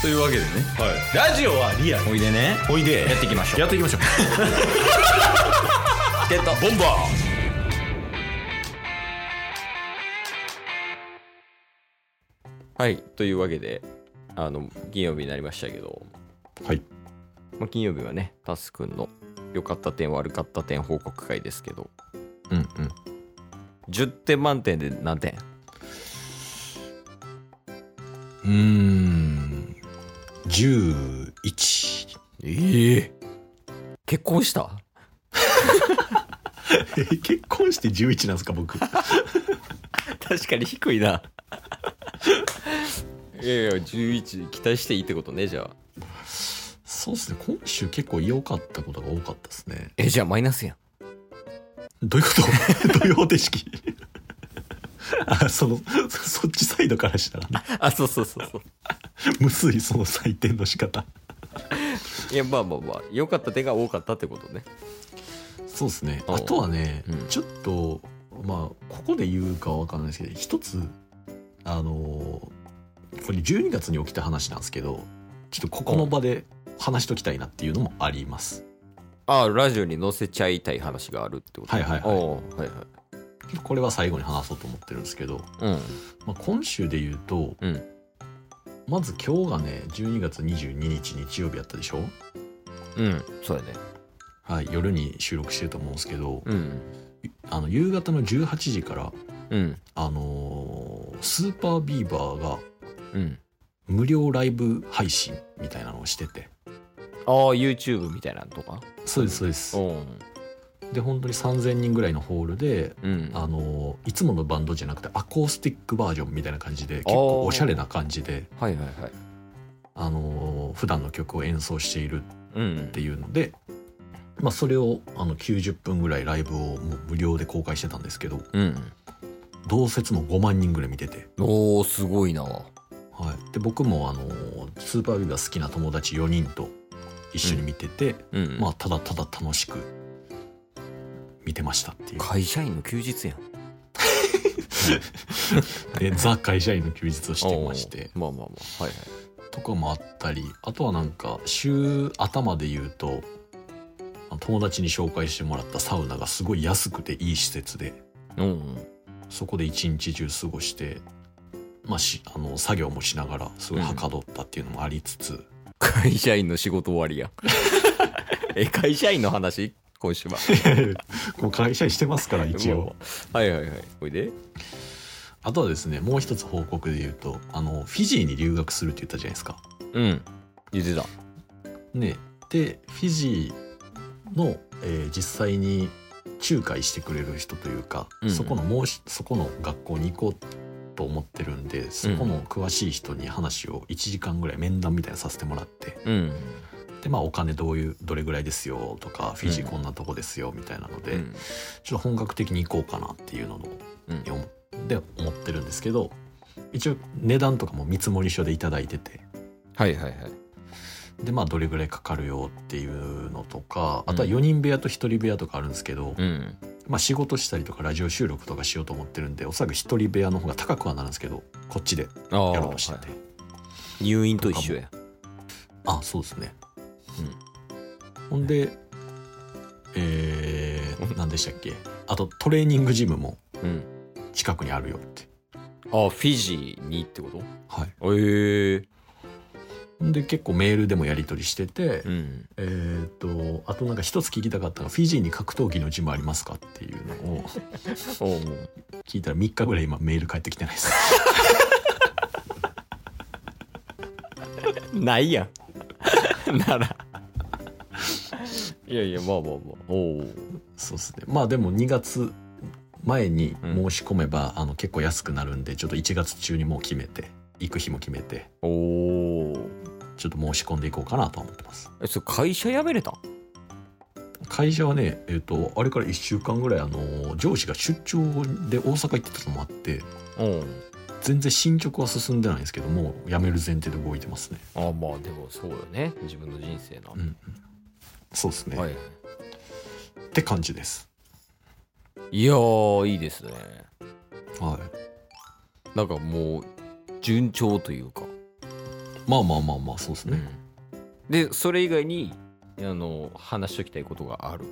というわけでねはい、ラジオはリアルおいでねおいでやっていきましょうやっていきましょうってたボンバはいというわけであの金曜日になりましたけど、ーはいまあ、金曜日はねタスくんの良かった点悪かった点報告会ですけどうんうん10点満点で何点うーん11ええ結婚した結婚して11なんですか僕確かに低いな いやいや11期待していいってことねじゃあそうですね今週結構良かったことが多かったですねえじゃあマイナスやんどういうこと どういう方程式あそのそそっちサイドからしたらねあそうそうそうそうむずいその採点の仕方いやまあまあまあ良かった点が多かったってことねそうですねおうあとはね、うんちょっとまあここで言うかは分かんないですけど一つあのーこれ12月に起きた話なんですけどちょっとここの場で話しときたいなっていうのもありますああラジオに載せちゃいたい話があるってことはいはいはいおうはいはいこれは最後に話そうと思ってるんですけど、うんまあ、今週で言うと、うんまず今日がね12月22日日曜日やったでしょうんそうやねはい夜に収録してると思うんですけど、うんあの夕方の18時からうんあのースーパービーバーがうん無料ライブ配信みたいなのをしててああ YouTube みたいなのとかそうですそうですうんで本当に3,000人ぐらいのホールで、うんあのいつものバンドじゃなくてアコースティックバージョンみたいな感じで結構おしゃれな感じではいはいはいあの普段の曲を演奏しているうんっていうので、まあ、それをあの90分ぐらいライブをもう無料で公開してたんですけどうん同説も5万人ぐらい見てて、おおすごいなはい、で僕もあのスーパービーバー好きな友達4人と一緒に見てて、うんまあただただ楽しく見てましたっていう会社員の休日やんでザ会社員の休日をしてましておうまあまあまあはいはいとかもあったりあとはなんか週頭で言うと友達に紹介してもらったサウナがすごい安くていい施設でうんそこで一日中過ごして、まあ、しあの作業もしながらすごいはかどったっていうのもありつつ、会社員の仕事終わり やえ会社員の話今週はこう会社員してますから一応もうはいはいはいおいであとはですねもう一つ報告で言うとあのフィジーに留学するって言ったじゃないですか。うん言ってたね、でフィジーの、えー実際に仲介してくれる人というか、うんそこのもうしそこの学校に行こうと思ってるんでそこの詳しい人に話を1時間ぐらい面談みたいなのさせてもらってうんで、まあ、お金どういうどれぐらいですよとかフィジーうんこんなとこですよみたいなので、うんちょっと本格的に行こうかなっていうのをうんよで思ってるんですけど一応値段とかも見積もり書でいただいてて。はいはいはいでまあどれぐらいかかるよっていうのとかあとはうん4人部屋と1人部屋とかあるんですけど、うんまあ仕事したりとかラジオ収録とかしようと思ってるんでおそらく1人部屋の方が高くはなるんですけどこっちでああやろうとしててはい入院と一緒やあそうですねほんでえー、何でしたっけあとトレーニングジムもうん近くにあるよってあフィジーにってこはいとええほんで結構メールでもやり取りしてて、うんえーっとあとなんか一つ聞きたかったのがフィジーに格闘技のジムありますかっていうのをおう聞いたら3日ぐらい今メール返ってきてないです ないやん ならいやいやまあまあまあおうそうですねまあでも2月前に申し込めば、あの結構安くなるんでちょっと1月中にもう決めて行く日も決めておおちょっと申し込んでいこうかなとは思ってますえそれ会社辞めれた会社はねえっ、とあれから1週間ぐらいあの上司が出張で大阪行ってたのもあってうん全然進捗は進んでないんですけどもう辞める前提で動いてますねああまあでもそうよね自分の人生な、うんそうですね、はいって感じですいやーいいですねはなんかもう順調というかいまあまあまあまあそうですうね、んでそれ以外にあの話しときたいことがある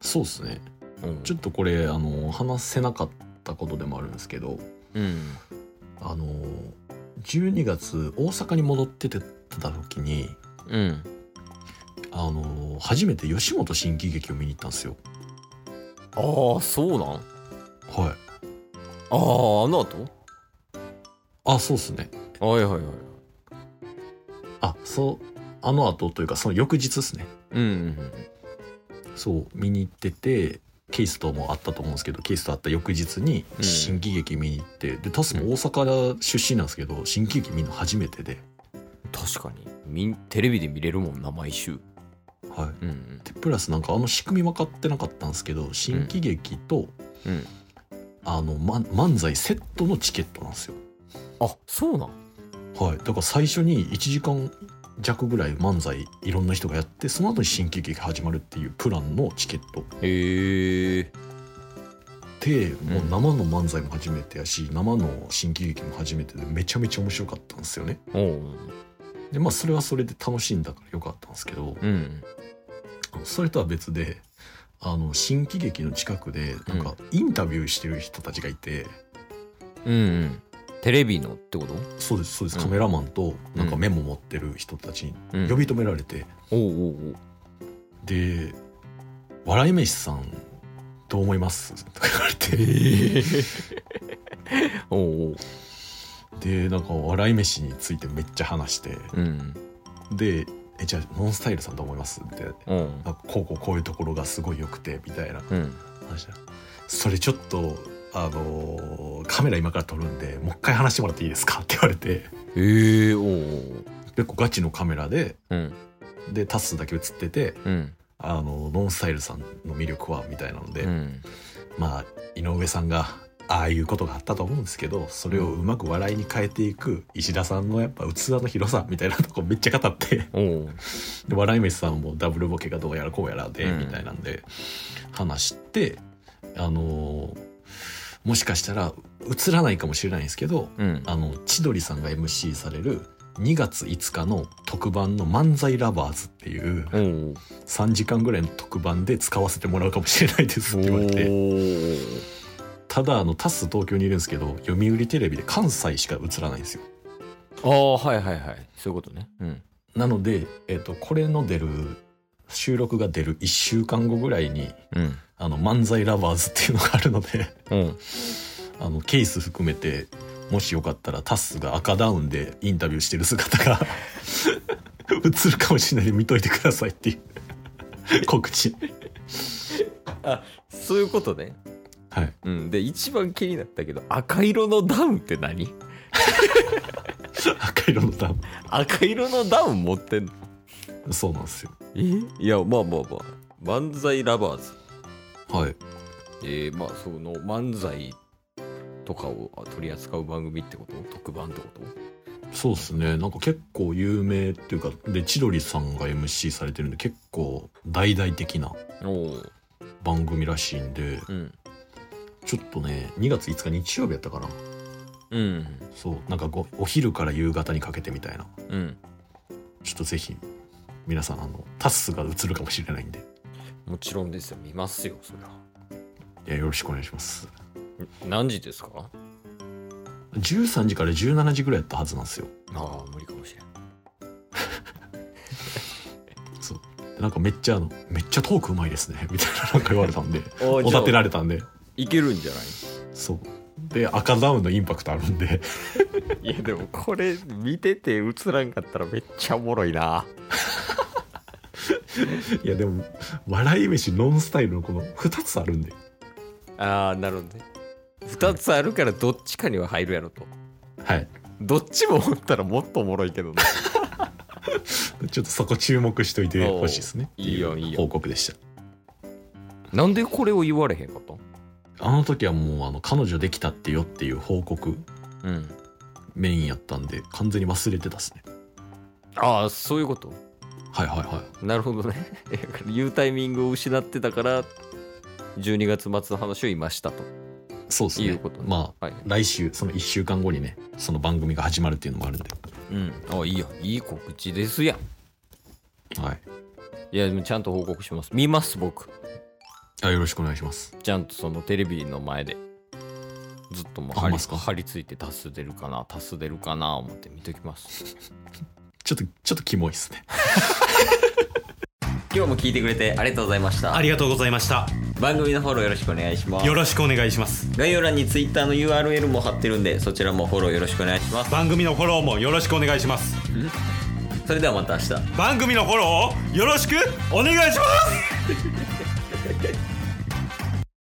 そうですねと、うん、ちょっとこれあの話せなかったことでもあるんですけどうんあの12月大阪に戻っててた時にうんあの初めて吉本新喜劇を見に行ったんですよああそうなんあはいああの後あそうですねはいはいはいあそうあの後というかその翌日ですねうんうんそう見に行っててケイスともあったと思うんですけどケイスと会った翌日にうん新喜劇見に行って、でタスも大阪出身なんですけど新喜劇見るの初めてで、確かにみテレビで見れるもんな毎週はうんうんい、でプラスなんかあの仕組み分かってなかったんですけど新喜劇と、うんあの、ま、漫才セットのチケットなんですよ、あそうなんはい、だから最初に1時間弱ぐらい漫才いろんな人がやってその後に新喜劇が始まるっていうプランのチケットへえでもう生の漫才も初めてやし、生の新喜劇も初めてでめちゃめちゃ面白かったんですよねおうでまあそれはそれで楽しんだからよかったんですけどうんそれとは別であの新喜劇の近くでなんかインタビューしてる人たちがいて、うんうんテレビのってことそうですそうですうんカメラマンとなんかメモ持ってる人たちにうん呼び止められて、おうおうおうで「笑い飯さんどう思います?」 とか言われておうおうでなんか笑い飯についてめっちゃ話してうんで「えじゃあノンスタイルさんどう思います?」みたいなおうんなんかこうこうこういうところがすごい良くてみたいなうん話だそれちょっとあのーカメラ今から撮るんでもう一回話してもらっていいですか?」って言われてへえおうおう結構ガチのカメラでうんでタスだけ映っててうん「あのノンスタイルさんの魅力は?」みたいなので、うんまあ井上さんがああいうことがあったと思うんですけどそれをうまく笑いに変えていく石田さんのやっぱ器の広さみたいなとこめっちゃ語って おうで笑い飯さんもダブルボケがどうやらこうやらで、うんみたいなんで話してあのーもしかしたら映らないかもしれないんですけどうんあの千鳥さんが MC される2月5日の特番の「漫才ラバーズ」っていうおう3時間ぐらいの特番で使わせてもらうかもしれないですって言われて。ただあのタス東京にいるんですけど読売テレビで関西しか映らないんですよああはいはいはいそういうことねうんなので、えっとこれの出る収録が出る1週間後ぐらいにうんあの漫才ラバーズっていうのがあるので うんあのケース含めてもしよかったらタスが赤ダウンでインタビューしてる姿が 映るかもしれないんで見といてくださいっていう 告知そういうことねはいうんで一番気になったけど赤色のダウンって何赤色のダウ赤色のダウン持ってんのンそうなんですよえいやまあまあまあ漫才ラバーズはいえー、まあその漫才とかを取り扱う番組ってこと特番ってことそうですねなんか結構有名っていうかで千鳥さんが MC されてるんで結構大々的なおう番組らしいんでうんちょっとね2月5日日曜日やったかなうんそうなんかごお昼から夕方にかけてみたいなうんちょっとぜひ皆さんあのタスが映るかもしれないんでもちろんですよ見ますよそりゃいやよろしくお願いします何時ですか13時から17時ぐらいやったはずなんですよああ無理かもしれんでなんかめっちゃあの「めっちゃトークうまいですね」みたいななんか言われたんでおおだてられれたんでいけるんじゃないそうで赤ダウンのインパクトあるんでいやでもこれ見てて映らんかったらめっちゃおもろいないやでも笑い飯ノンスタイルのこの2つあるんでああなるほどね2つあるからどっちかには入るやろとはいどっちも持ったらもっとおもろいけどねちょっとそこ注目しといてほしいですねおーいいよいいよ報告でしたなんでこれを言われへんかっあの時はもうあの彼女できたってよっていう報告たうんメインやったんで完全に忘れてたっすねああそういうことはいはいはなるほどね だから言うタイミングを失ってたから12月末の話を今したといそうですねいうことねまあはい来週その1週間後にねその番組が始まるっていうのもあるんでうんあいいよいい告知ですやんはいいやでもちゃんと報告します見ます僕あよろしくお願いしますちゃんとそのテレビの前でずっともうあ張まりすか張り付いてタス出るかなタス出るかな思って見ときますちょっとちょっとキモいっすね 今日も聞いてくれてありがとうございましたありがとうございました番組のフォローよろしくお願いしますよろしくお願いします概要欄に Twitter の URL も貼ってるんでそちらもフォローよろしくお願いします番組のフォローもよろしくお願いしますそれではまた明日番組のフォローをよろしくお願いします